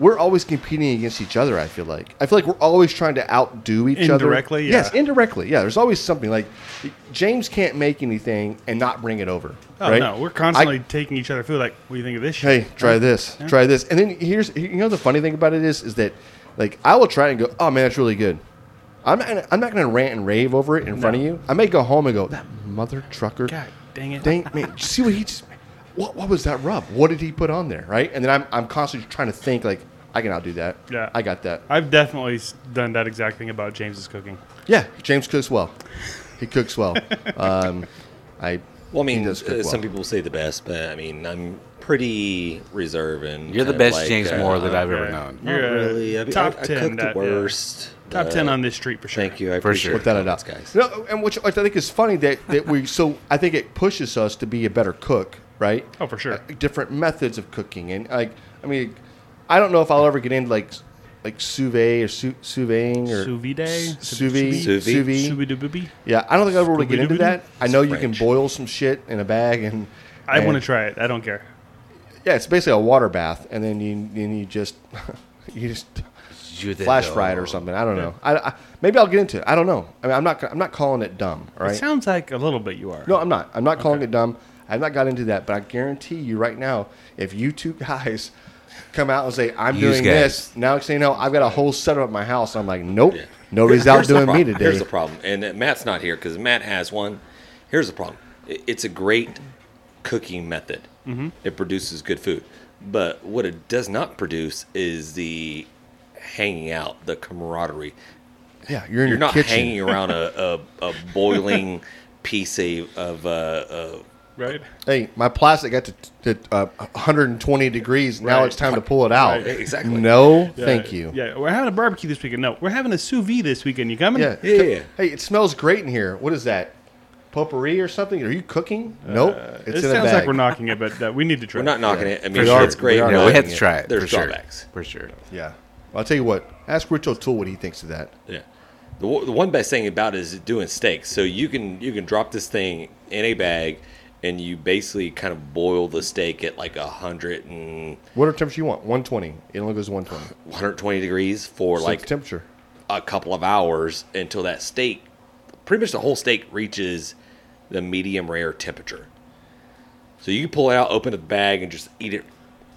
we're always competing against each other. I feel like I feel like we're always trying to outdo each other. Indirectly, yeah. yes, indirectly, yeah. There's always something like James can't make anything and not bring it over. Oh right? no, we're I- constantly taking each other food. Like, what do you think of this? shit? hey, try this, try this, and then here's you know the funny thing about it is is that like I will try and go, oh man, that's really good. I'm not, gonna- I'm not going to rant and rave over it in front of you. I may go home and go, that mother trucker. God dang it. Dang, man, you see what he just. what, what was that rub? What did he put on there? Right? And then I'm, I'm constantly trying to think, like, I can outdo that. Yeah. I got that. I've definitely s- done that exact thing about James's cooking. Yeah. James cooks well. He cooks (laughs) well. um, I, Well, I he mean, uh, does cook well. some people say the best, but I mean, I'm pretty reserved and You're kind the of best like, James uh, Moore that I've ever okay. known. Not You're a really. I mean, top I, I 10 cooked that- the yeah. worst. Top uh, 10 on this street for sure. Thank you. I For appreciate sure. sure. without a doubt, guys. No, and which I think is funny that, that we so I think it pushes us to be a better cook, right? Oh, for sure. Uh, different methods of cooking, and like I mean, I don't know if I'll ever get into like s- like sous vide or sous sous vide or Sous vide? s- sous Sous vide vide? sous vide. Shooby-dooby. Yeah, I don't think I'll ever really get into Scooby-Dooby-Doo? that. I know you can French. boil some shit in a bag, and I and- want to try it. I don't care. Yeah, it's basically a water bath, and then you then you just (laughs) you just You the flash dog. fry it or something. I don't know. I, I maybe I'll get into it. I don't know. I mean, I'm not I'm not calling it dumb. All right. It sounds like a little bit you are. No, I'm not. I'm not calling it dumb. I've not got into that, but I guarantee you right now, if you two guys come out and say, I'm Yous doing guys. this, now you know, I've got a whole setup at my house. I'm like, nope, nobody's out Here's the doing me problem. today. Here's the problem, and uh, Matt's not here because Matt has one. Here's the problem: I- it's a great cooking method. Mm-hmm. It produces good food, but what it does not produce is the hanging out, the camaraderie. yeah, you're You're in your not kitchen. hanging around a, a, (laughs) a boiling piece of, of uh, uh, Right? Hey, my plastic got to, to uh, 120 degrees. Now Right. it's time to pull it out. Right, exactly. No, Yeah, thank you. Yeah, we're having a barbecue this weekend. No, we're having a sous vide this weekend. You coming? Yeah. Yeah, yeah. Hey, it smells great in here. What is that? Potpourri or something? Are you cooking? nope. It's it in a sounds bag. like we're knocking it, but uh, we need to try. we're not it. knocking it. I mean, We are- it's great. we are but Yeah, we had knocking to try it. There's for drawbacks. Sure. For sure. Yeah. Well, I'll tell you what. Ask Rich O'Toole what he thinks of that. Yeah. The, wo- the one best thing about it is doing steaks. So you can you can drop this thing in a bag, and you basically kind of boil the steak at like a hundred and What temperature you want? 120. It only goes 120. 120 degrees for So it's like temperature. a couple of hours until that steak, pretty much the whole steak reaches the medium rare temperature. So you can pull it out, open the bag, and just eat it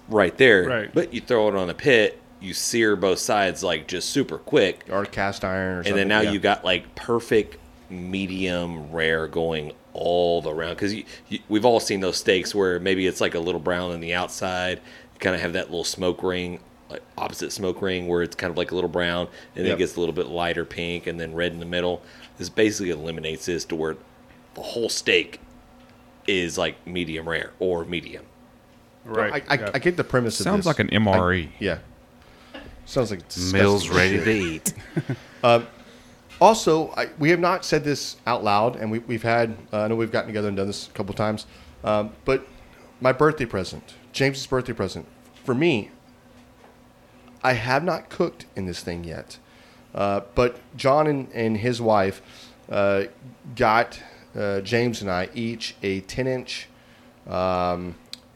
right there. Right. But you throw it on the pit, you sear both sides like just super quick, Or cast iron or something. and then now yeah. you got like perfect medium rare going all the round because you, you, we've all seen those steaks where maybe it's like a little brown on the outside kind of have that little smoke ring like opposite smoke ring where it's kind of like a little brown and then Yep. it gets a little bit lighter pink and then red in the middle this basically eliminates this to where the whole steak is like medium rare or medium Right. I, I, yeah. I get the premise of this. Sounds like an E. MRE. Yeah. Sounds like disgusting Mills shit. ready to eat. Also, I, we have not said this out loud, and we, we've had, uh, I know we've gotten together and done this a couple times, um, but my birthday present, James's birthday present, for me, I have not cooked in this thing yet. Uh, but John and, and his wife uh, got uh, James and I each a 10 inch um,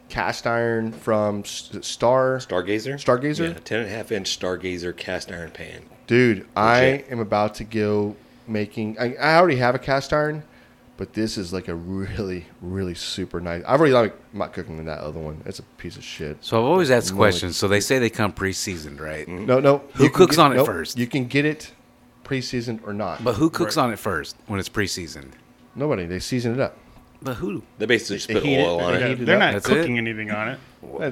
cast iron from S- Star. stargazer Stargazer? yeah 10 and a half inch stargazer cast iron pan Dude, I Legit. am about to go making. I, I already have a cast iron, but this is like a really, really super nice. I've already like I'm not cooking in that other one. It's a piece of shit. So I've always asked Molly. questions. So they say they come pre-seasoned, right? No, no. Who you can cooks get- on it nope, first? You can get it pre-seasoned or not. But who cooks on it first when it's pre-seasoned? Nobody. They season it up. But who? they basically just They put heat it, oil on they it Yeah, heat it they're up. not That's cooking anything on it.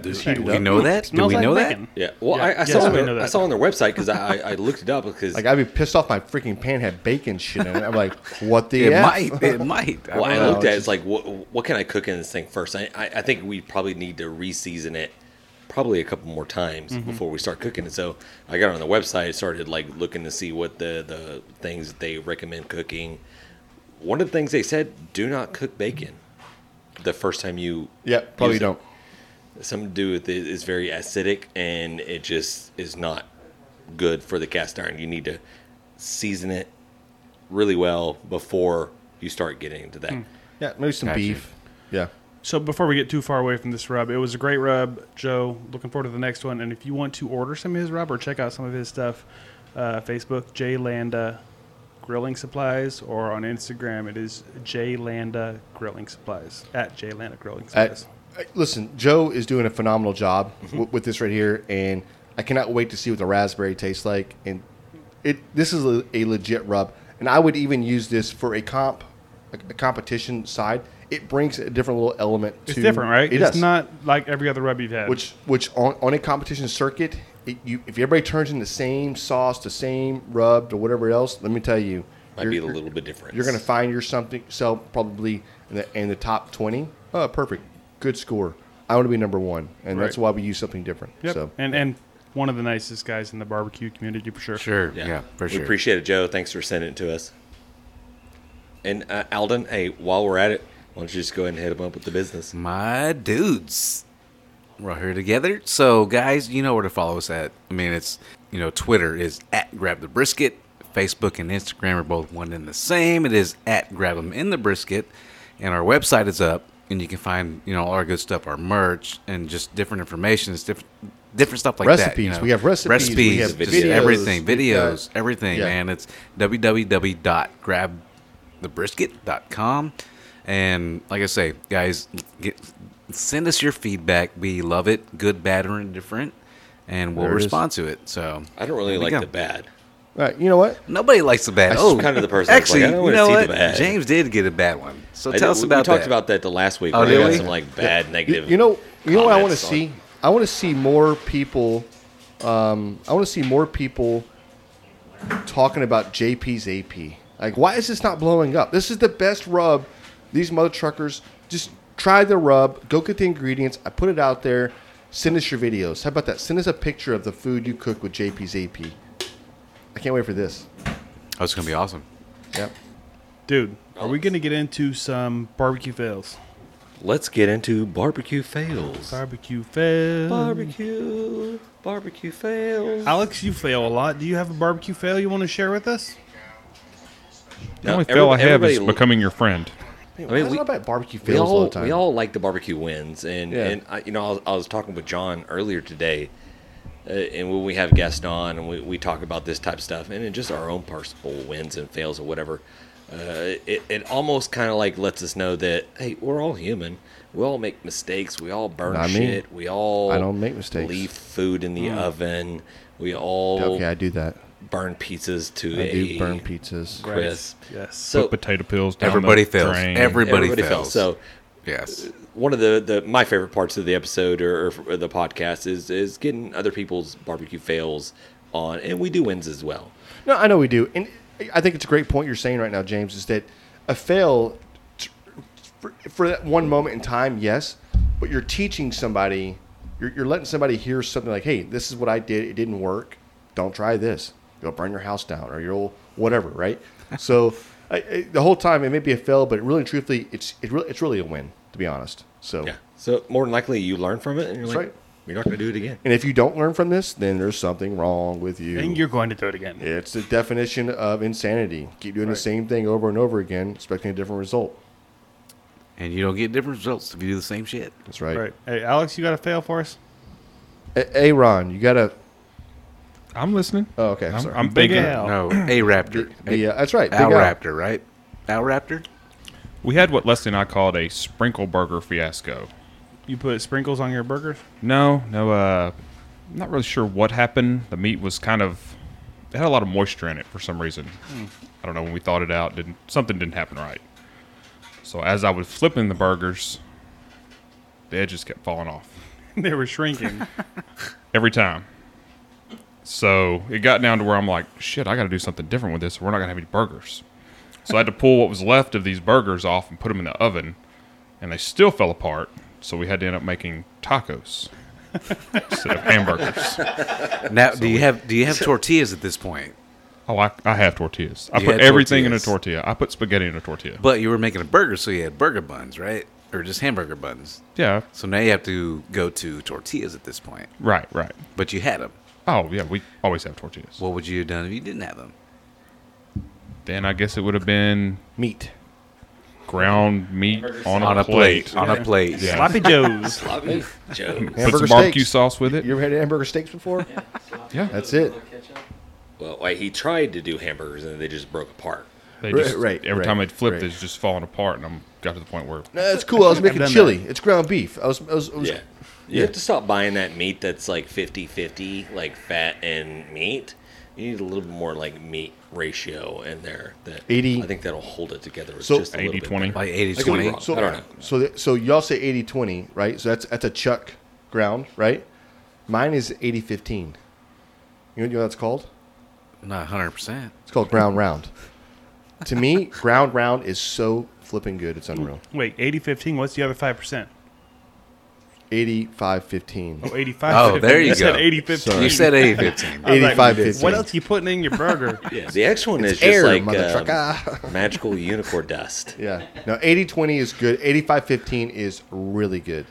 Just do heat it Do we up. know that? Do Smells we like know that? bacon. Yeah. Well, Yeah. I, I Yes, saw we on know the, I that. saw on their website because I, I I looked it up because (laughs) Like I'd be pissed off. My freaking pan had bacon shit in it. I'm like, (laughs) what the? It F? might. It might. I well, I don't know. looked at it, it's it's like what what can I cook in this thing first? I I, I think we probably need to reseason it probably a couple more times before we start cooking it. So I got on the website, started like looking to see what the the things that they recommend cooking. One of the things they said: do not cook bacon the first time you (laughs) Yeah, use probably it. don't. Something to do with it is very acidic and it just is not good for the cast iron. You need to season it really well before you start getting into that. Yeah, maybe some Gotcha. beef. Yeah. So before we get too far away from this rub, it was a great rub, Joe. Looking forward to the next one. And if you want to order some of his rub or check out some of his stuff, uh, Facebook J Landa Grilling Supplies or on Instagram it is J Landa Grilling Supplies at J Landa Grilling At, Supplies. Uh, listen, Joe is doing a phenomenal job w- Mm-hmm. with this right here, and I cannot wait to see what the raspberry tastes like. And it this is a, a legit rub, and I would even use this for a comp a competition side, it brings a different little element. It's to, different, right? It it's does. not like every other rub you've had. Which, which on, on a competition circuit, it, you, if everybody turns in the same sauce, the same rub, or whatever else, let me tell you, Might you're- be a you're- little bit different. You're going to find your something sell probably in the, in the top twenty. Oh, perfect, good score. I want to be number one, and that's Right. why we use something different. yep. So and and one of the nicest guys in the barbecue community for sure. Sure. Yeah, for we sure. appreciate it, Joe. Thanks for sending it to us. And uh, Alden, hey, while we're at it, why don't you just go ahead and hit him up with the business? My dudes. We're all here together. So, guys, you know where to follow us at. I mean, it's, you know, Twitter is at Grab the Brisket. Facebook and Instagram are both one and the same. It is at Grab 'em in the Brisket. And our website is up, and you can find, you know, all our good stuff, our merch, and just different information. It's different. Different stuff like that. you Recipes. know. We have recipes. We Recipes. have just videos. Everything. We've got- Videos. everything, Yeah. man. It's www.grabthebrisket.com. And like I say, guys, get, send us your feedback. We love it, good, bad, or indifferent, and we'll There it is. respond to it. So I don't really there we like go. the bad. all right, you know what? Nobody likes the bad. That's Oh, kind of the person that's Actually, like, I don't you wanna know see the what? bad. James did get a bad one. So I tell did- us we, about we talked that. about that the last week. Oh, where we did got we? some like bad You, negative. you know, you know what I want comments to on- see? I want to see more people. Um, I want to see more people talking about JP's AP. Like, why is this not blowing up? This is the best rub. These mother truckers just try the rub. Go get the ingredients. I put it out there. Send us your videos. How about that? Send us a picture of the food you cook with JP's AP. I can't wait for this. Oh, it's gonna be awesome. Yep. Dude, are we going to get into some barbecue fails? Let's get into barbecue fails. Barbecue fails. Barbecue, barbecue fails. Alex, you fail a lot. Do you have a barbecue fail you want to share with us? The only fail I have is becoming. becoming your friend. Man, I mean, why is we- it all about barbecue we fails all, all the time. We all like the barbecue wins, and Yeah. and I, you know I was, I was talking with John earlier today, uh, and when we have guests on and we, we talk about this type of stuff, and it just our own personal wins and fails or whatever, uh, it it almost kind of like lets us know that hey, we're all human. We all make mistakes. We all burn Not me. shit. We all I don't make mistakes. Leave food in the oven. We all okay, I do that. burn pizzas to I a do burn pizzas. crisp. Yes. So Potato pills. Down Everybody the fails. drain. Everybody, everybody fails. fails. So yes, one of the, the my favorite parts of the episode or, or the podcast is is getting other people's barbecue fails on, and we do wins as well. No, I know we do, and I think it's a great point you're saying right now, James. Is that a fail t- for, for that one moment in time? Yes, but you're teaching somebody. You're, you're letting somebody hear something like, "Hey, this is what I did. It didn't work. Don't try this. You'll burn your house down, or you'll whatever." Right. (laughs) so I, I, the whole time it may be a fail, but really, and truthfully, it's it really it's really a win to be honest. So, Yeah. So more than likely, you learn from it, and you're That's like, right. you're not going to do it again. and if you don't learn from this, then there's something wrong with you. And you're going to do it again. It's the definition of insanity. Keep doing the same thing over and over again, expecting a different result. and you don't get different results if you do the same shit. That's right. Right. Hey, Alex, you got a fail for us? A- Aaron, you gotta. I'm listening. Oh, okay. I'm, sorry. I'm Big thinking. Al. No, a raptor. The, uh, that's right. Big Al Al. raptor, right? Al raptor. We had what Leslie and I called a sprinkle burger fiasco. You put sprinkles on your burgers? No, no. Uh, I'm not really sure what happened. The meat was kind of it had a lot of moisture in it for some reason. I don't know when we thought it out. Didn't something didn't happen right. So as I was flipping the burgers, the edges kept falling off (laughs) they were shrinking. every time. So it got down to where I'm like, shit, I got to do something different with this. Or we're not gonna have any burgers. So I had to pull what was left of these burgers off and put them in the oven, and they still fell apart. So we had to end up making (laughs) tacos instead of hamburgers. Now, do you have do you have tortillas at this point? Oh, I, I have tortillas. I You put had everything in a tortillas. tortilla. I put spaghetti in a tortilla. But you were making a burger, so you had burger buns, right? Or just hamburger buns. yeah, So now you have to go to tortillas at this point. right, right. But you had them. Oh, yeah, we always have tortillas. What would you have done if you didn't have them? then I guess it would have been Meat. ground meat on a, On a plate. plate. On a plate. Yeah. Sloppy Joes. Sloppy Joe. Put Hamburger some barbecue steaks. sauce with it. You ever had hamburger steaks before? Yeah, That's it. Well, like, he tried to do hamburgers, and they just broke apart. they Right, just, right, Every right, time it flipped, right. it's just falling apart, and I'm got to the point where No, it's cool. I was making done chili. It's ground beef. I was. I was, I was Yeah. You have to stop buying that meat that's like 50 50, like fat and meat. You need a little bit more like meat ratio in there. That 80 I think that'll hold it together. It's So- just a little bit 80-20. better. Like 80 I could be 20. wrong. So, I don't know. So, the, so y'all say 80 20, right? So that's that's a chuck ground, right? Mine is 80 15. You know what that's called? Not 100%. It's called ground round. to me, ground round is so flipping good. It's unreal. (laughs) Wait, 80 15, what's the other 5%? 85 15. Oh, 85 Oh, there you said go. 80 15. You said 80 (laughs) 15. I was like, 85 15. What else you putting in your burger? (laughs) Yeah, the X one is just air, like motherfucker. um, magical unicorn dust. Yeah. No, 80 20 is good. 85 15 is really good.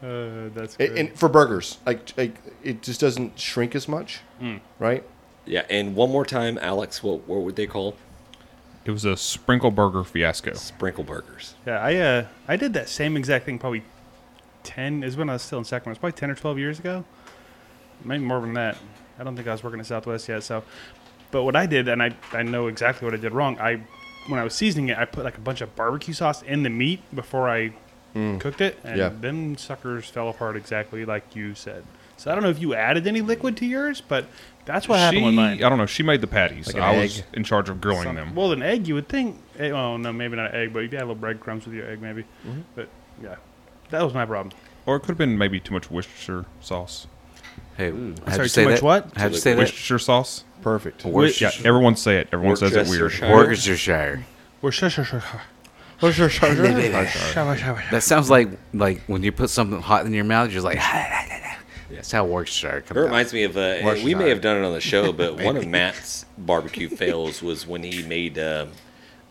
Uh, that's And- good. and for burgers, like, like it just doesn't shrink as much, Hmm. right? Yeah, and one more time, Alex, what what would they call It was a sprinkle burger fiasco. sprinkle burgers? yeah, I uh, I did that same exact thing probably 10 is when I was still in Sacramento. It's probably 10 or 12 years ago. Maybe more than that. I don't think I was working at Southwest yet. So, but what I did, and I, I know exactly what I did wrong. I when I was seasoning it, I put like a bunch of barbecue sauce in the meat before I cooked it, and Yeah. them suckers fell apart exactly like you said. So I don't know if you added any liquid to yours, but that's what she, happened with mine. I don't know. She made the patties. an I was egg? in charge of grilling Some- them. Well, an egg, you would think. eh, Oh no, maybe not an egg, but you could have little breadcrumbs with your egg, maybe. Mm-hmm. But yeah, that was my problem. Or it could have been maybe too much Worcestershire sauce. Hey, how'd sorry, you say too much that? what? How'd you say that? Worcestershire sauce? Perfect. Yeah, everyone say it. Everyone says it weird. Worcestershire. Worcestershire. We're shush, shush, shush, That sounds like like when you put something hot in your mouth, you're like, (laughs) that's how Worcestershire It comes out. reminds me of uh, and we may have done it on the show, but one of Matt's barbecue fails was when he made uh,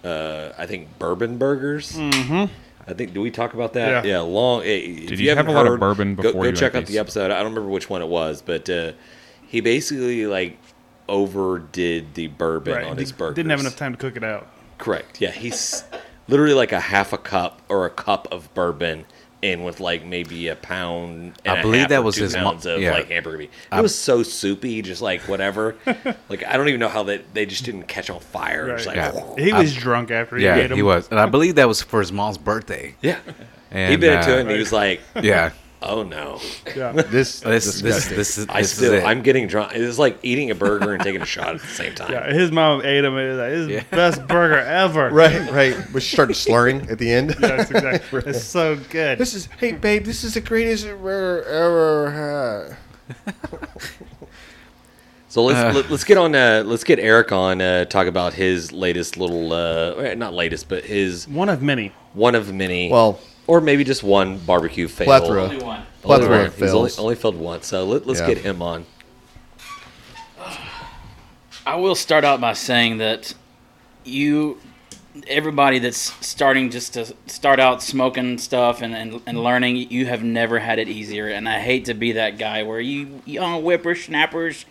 uh, I think bourbon burgers. Mm-hmm. I think do we talk about that? Yeah. Yeah, long. eh, Did you have a lot of bourbon Go, before go you check ate out these? the episode. I don't remember which one it was, but uh, he basically like overdid the bourbon right. on Did, his burgers. didn't have enough time to cook it out. Correct. Yeah, he's literally like a half a cup or a cup of bourbon. in with like maybe a pound, and I a believe half that or was two his mo- pounds of yeah. like hamburger meat. It was so soupy, just like whatever. (laughs) like I don't even know how that they just didn't catch on fire. It was Right. like, Yeah. He was drunk after he yeah, ate 'em. he was, and I believe that was for his mom's birthday. yeah. And, he bit into it, uh, and he was like, Yeah, "Oh no, Yeah. This, this this this is I this still is it. I'm getting drunk." It was like eating a burger and (laughs) taking a shot at the same time. yeah, his mom ate him. It was like, this is the best burger ever. right, right. But she started slurring at the end. (laughs) That's exactly. It's so good. This is hey babe, this is the greatest ever ever had. So let's let, us get on. Uh, let's get Eric on. Uh, talk about his latest little, uh, not latest, but his One of many. one of many. Well- or maybe just one barbecue fail. Plethora. Only one. Only Plethora one. of He's only, fails. only failed once, so let, let's Yeah. get him on. I will start out by saying that you, everybody that's starting just to start out smoking stuff and, and, and learning, you have never had it easier. And I hate to be that guy where you young whippersnappers,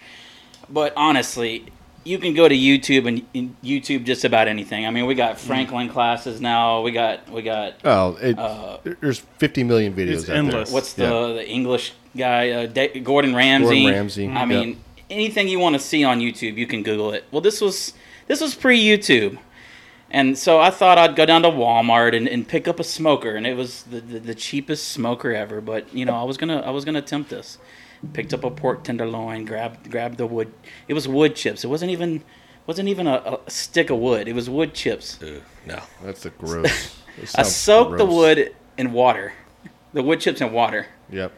but honestly, you can go to YouTube and, and YouTube just about anything. I mean, we got Franklin classes now. We got we got Oh, it, there's 50 million videos. It's out there. endless. Uh, what's the, Yeah. the English guy, uh, da- Gordon Ramsay. Gordon Ramsay, I mean, yep. anything you want to see on YouTube, you can Google it. Well, this was this was pre YouTube, and so I thought I'd go down to Walmart and, and pick up a smoker, and it was the, the, the cheapest smoker ever. But you know, I was gonna I was gonna attempt this. Picked up a pork tenderloin, grabbed grabbed the wood. It was wood chips. It wasn't even wasn't even a, a stick of wood. It was wood chips. Ooh, no, That's the gross. That (laughs) I sounds soaked the gross. wood in water, the wood chips in water. Yep.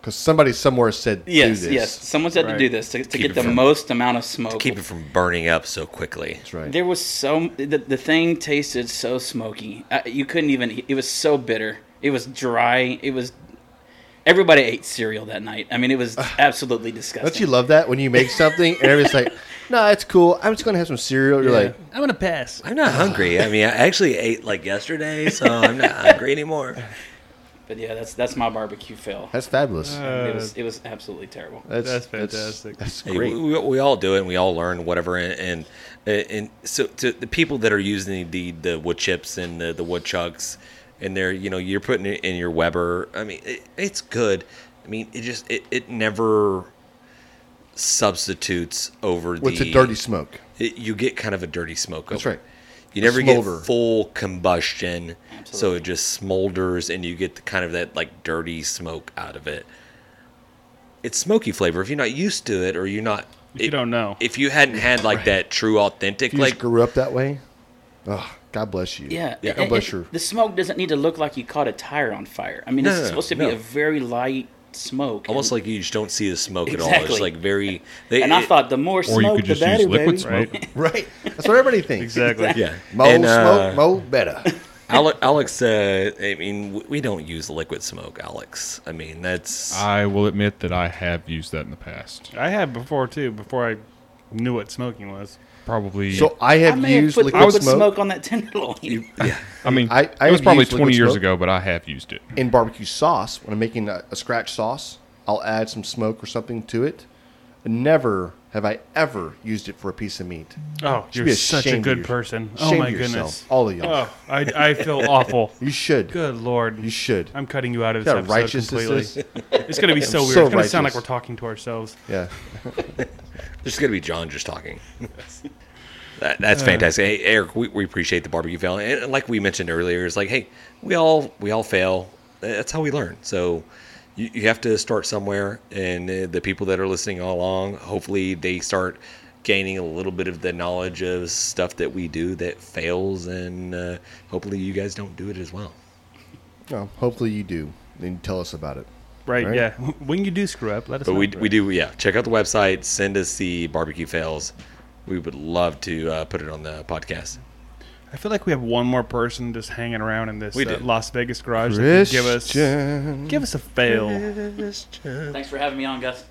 Because somebody somewhere said Yes, do this. yes. Someone's had Right. to do this to, to Keep get it the from- most amount of smoke. keep it from burning up so quickly. That's right. There was so the, the thing tasted so smoky. Uh, you couldn't even. It was so bitter. It was dry. It was. Everybody ate cereal that night. I mean, it was absolutely disgusting. Don't you love that when you make something and everybody's like, "No, it's cool. I'm just gonna have some cereal." You're like, I'm gonna pass. I'm not hungry. I mean, I actually ate like yesterday, so I'm (laughs) not hungry anymore. but yeah, that's that's my barbecue fail. "That's fabulous. it was it was absolutely terrible. that's, Uh, That's fantastic. That's, Hey, great." we, we all do it, and we all learn whatever. And and, and so to the people that are using the the wood chips and the the wood chucks, and they're you know you're putting it in your Weber. I mean, it, it's good. I mean, it just it, it never substitutes over What's the a dirty smoke? it, you get kind of a dirty smoke. That's over it. right. You A never smolder. get full combustion, so it just smolders, and you get the kind of that like dirty smoke out of it. It's smoky flavor. If you're not used to it, or you're not If you don't know. If you hadn't had like that true authentic, If you like just grew up that way, oh, God bless you. Yeah. Yeah. it- God it- bless you. The smoke doesn't need to look like you caught a tire on fire. I mean, No, it's no, no, supposed to no. be a very light smoke. almost and, like you just don't see the smoke at all. It's Exactly. like very. They, And I it- thought the more Or you smoke, could the just better, use liquid baby. smoke. Right. That's what everybody thinks. Exactly. yeah, Mo And, uh, smoke, mo (laughs) better. Ale- Alex, uh, I mean, w- we don't use liquid smoke, Alex. I mean, that's (laughs) I will admit that I have used that in the past. I had before too, before I knew what smoking was. Probably. So I I have may have used put liquid liquid smoke. smoke, on that (laughs) tenderloin. I mean, I- I it was have probably used liquid 20 years smoke. ago, but I have used it. in barbecue sauce when I'm making a, a scratch sauce. I'll add some smoke or something to it. Never have I ever used it for a piece of meat. Oh, Should you're be such a ashamed of good your- person. Oh Shame my yourself, goodness. all of y'all. Oh, I, I feel (laughs) awful. You should. Good lord. You should. I'm cutting you out See of this how episode righteous completely. this is? (laughs) It's gonna be so weird. so it's gonna sound like righteous. we're talking to ourselves. Yeah. There's going to be John just talking. that, that's fantastic. Hey, Eric, we, we appreciate the barbecue fail. And like we mentioned earlier, it's like, hey, we all we all fail. That's how we learn. So you, you have to start somewhere. And uh, the people that are listening all along, hopefully they start gaining a little bit of the knowledge of stuff that we do that fails. And uh, hopefully you guys don't do it as well. No, hopefully you do. Then tell us about it. Right, Right. yeah. When you do screw up, let us But know. we, we do, yeah. Check out the website. Send us the barbecue fails. We would love to uh, put it on the podcast. I feel like we have one more person just hanging around in this We uh, do. Las Vegas garage that can give us Christian. give us a fail. Thanks for having me on, Gus.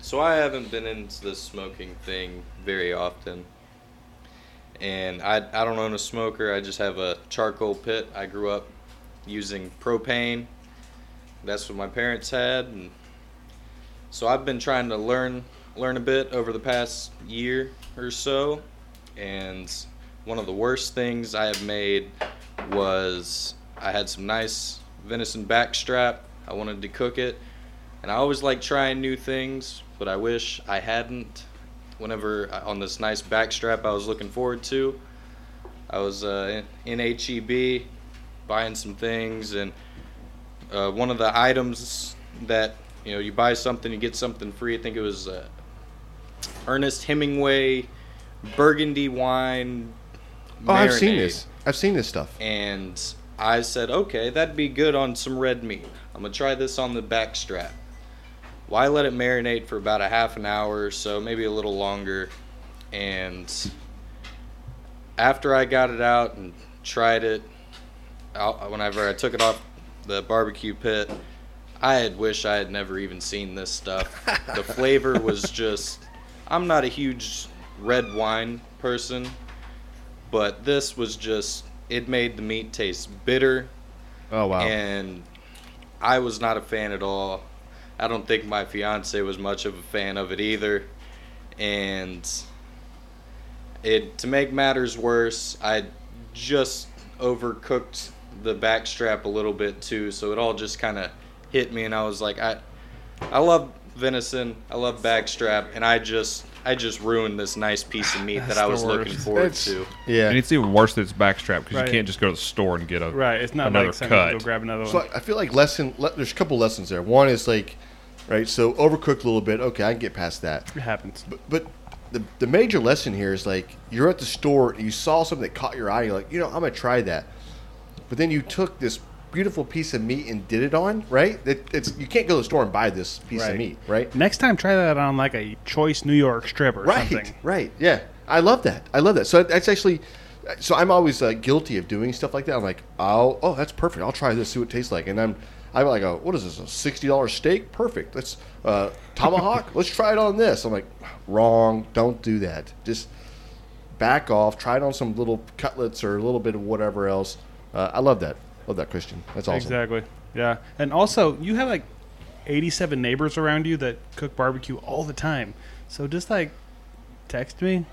So I haven't been into the smoking thing very often. And I, I don't own a smoker. I just have a charcoal pit. I grew up using propane. That's what my parents had. And so I've been trying to learn learn a bit over the past year or so. And one of the worst things I have made was I had some nice venison backstrap. I wanted to cook it. And I always like trying new things, but I wish I hadn't. Whenever I- on this nice backstrap I was looking forward to, I was uh, in in HEB buying some things, and uh, one of the items that you know you buy something, you get something free. I think it was uh, Ernest Hemingway Burgundy wine. Oh, I've seen marinade this. I've seen this stuff. and I said, okay, that'd be good on some red meat. I'm gonna try this on the back strap. Why let it marinate for about a half an hour or so, maybe a little longer? And after I got it out and tried it, out, whenever I took it off the barbecue pit, I had wish I had never even seen this stuff. the flavor was just. I'm not a huge red wine person, but this was just it made the meat taste bitter Oh wow. and i was not a fan at all i don't think my fiance was much of a fan of it either and it to make matters worse i just overcooked the backstrap a little bit too so it all just kind of hit me and i was like i i love venison i love backstrap and i just i just ruined this nice piece of meat that i the was looking worst. forward It's- to And yeah. it's even worse that it's backstrap because Right. you can't just go to the store and get a Right, it's not another like something cut. to go grab another So one. I- I feel like lesson. Le- there's a couple lessons there. One is like, right. So overcooked a little bit. Okay, I can get past that. It happens. But, but the, the major lesson here is like you're at the store and you saw something that caught your eye. You're like, you know, I'm gonna try that. But then you took this beautiful piece of meat and did it on right. That it's you can't go to the store and buy this piece Right. of meat, right? Next time, try that on like a choice New York strip or Right, something. right, yeah. I love that. I love that. So that's actually, so I'm always uh, guilty of doing stuff like that. I'm like, oh, oh, that's perfect. I'll try this, see what it tastes like, and I'm, I'm like, oh, what is this? A sixty dollars steak? Perfect. Let's uh, tomahawk. (laughs) Let's try it on this. I'm like, wrong. Don't do that. Just back off. Try it on some little cutlets or a little bit of whatever else. Uh, I love that. Love that, Christian. That's awesome. Exactly. Yeah. And also, you have like 87 neighbors around you that cook barbecue all the time. So just like text me.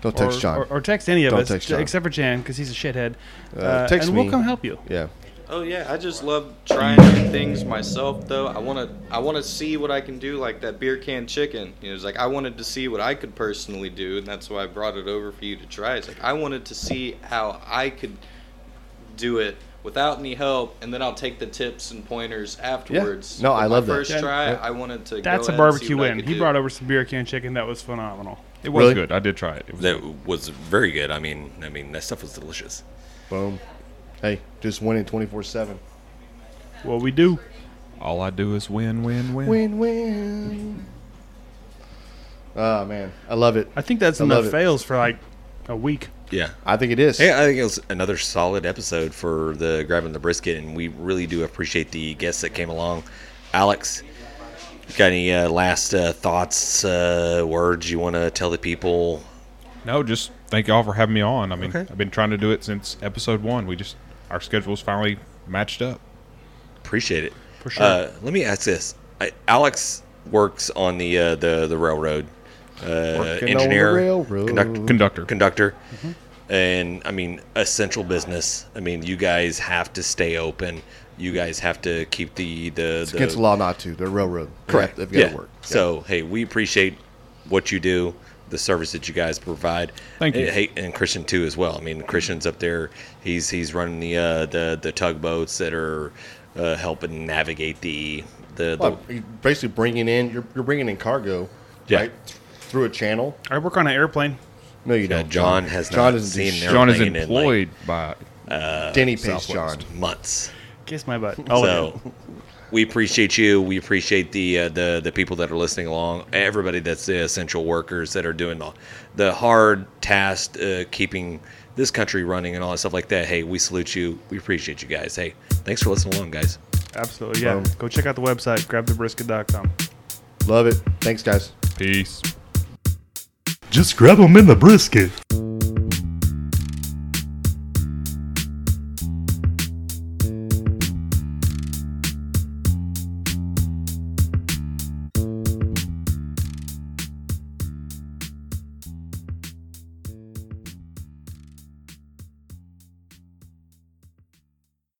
Don't text or, John. Or, or text any of Don't us, text John. except for Jan, because he's a shithead. Uh, text and we'll me. come help you. yeah. Oh yeah, I just love trying new things myself though. I wanna I wanna see what I can do like that beer can chicken. You know, it's like I wanted to see what I could personally do and that's why I brought it over for you to try. It's like I wanted to see how I could do it without any help, and then I'll take the tips and pointers afterwards. No, But I my love that. first Yeah. try. Yeah. I wanted to. That's go a ahead and see barbecue what I win. could He do. brought over some beer can chicken that was phenomenal. It was Really? good. I did try it. It was That was very good. I mean, I mean that stuff was delicious. Boom. Hey, just winning 24 7. Well, we do. all I do is win, win, win. Win win. Oh, man. I love it. I think that's I love enough it. fails for like a week. Yeah. I think it is. Yeah, I think it was another solid episode for the grabbing the brisket, and we really do appreciate the guests that came along. Alex, got any uh, last uh, thoughts, uh, words you want to tell the people? No, just thank y'all for having me on. I mean, Okay. I've been trying to do it since episode one. We just our schedules finally matched up. Appreciate it. For sure. Uh, let me ask this: I, Alex works on the uh, the the railroad, uh, Working on the engineer, railroad. conduct- Conductor. conductor. Mm-hmm. And I mean, essential business. I mean, you guys have to stay open. You guys have to keep the the. It's against the law not to. They're railroad. They Correct. have- They've got Yeah. to work. So hey, we appreciate what you do, the service that you guys provide. Thank you. And, hey, and Christian too as well. I mean, Christian's up there. He's he's running the uh, the the tugboats that are uh, helping navigate the the. Well, the you're basically bringing in, you're, you're bringing in cargo, Yeah. right? th- Through a channel. I work on an airplane. No, you Yeah, don't. John has John not doesn't do seen shit. their uh, John is thing in, like, employed by. Denny Pace, John. Southwest. months. Kiss my butt. Oh, so we appreciate you. We appreciate the uh, the the people that are listening along. Everybody that's the essential workers that are doing the the hard task uh, keeping this country running and all that stuff like that. Hey, we salute you. We appreciate you guys. Hey, thanks for listening along, guys. absolutely. Yeah. Go check out the website, grabthebrisket.com. Love it. Thanks, guys. Peace. Just grab 'em in the brisket.